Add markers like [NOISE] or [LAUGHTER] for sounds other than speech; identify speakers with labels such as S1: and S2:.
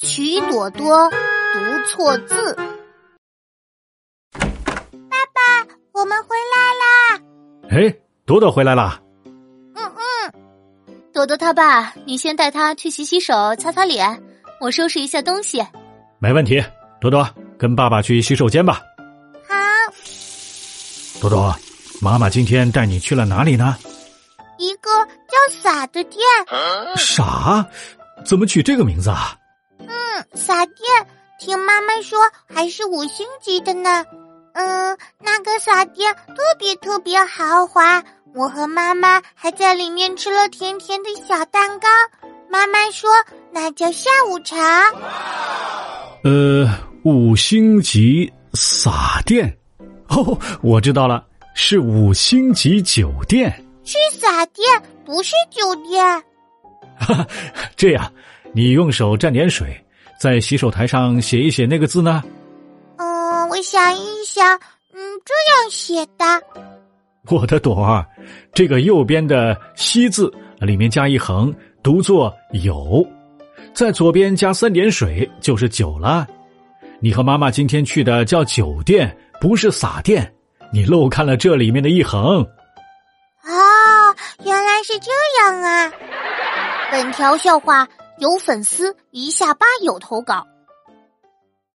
S1: 曲朵朵读错字。
S2: 爸爸，我们回来啦！
S3: 哎，朵朵回来啦！
S2: 嗯嗯，
S1: 朵朵他爸，你先带他去洗洗手、擦擦脸，我收拾一下东西。
S3: 没问题。朵朵，跟爸爸去洗手间吧。
S2: 好，
S3: 朵朵，妈妈今天带你去了哪里呢？
S2: 一个叫撒的店，
S3: 傻，怎么取这个名字啊？
S2: 嗯，撒店，听妈妈说还是五星级的呢。嗯，那个撒店特别特别豪华，我和妈妈还在里面吃了甜甜的小蛋糕。妈妈说那叫下午茶。
S3: 呃，五星级撒店。哦，我知道了，是五星级酒店。
S2: 是撒店，不是酒店。
S3: 这样，你用手蘸点水，在洗手台上写一写那个字呢？
S2: 嗯，我想一想，嗯，这样写的。哦
S3: [LAUGHS] 我的朵儿，啊这个右边的“西”字里面加一横，读作“有”，在左边加三点水就是“酒”了。你和妈妈今天去的叫酒店，不是撒店，你漏看了这里面的一横。
S2: 哦，原来是这样啊！
S1: 本条笑话有粉丝一下吧有投稿，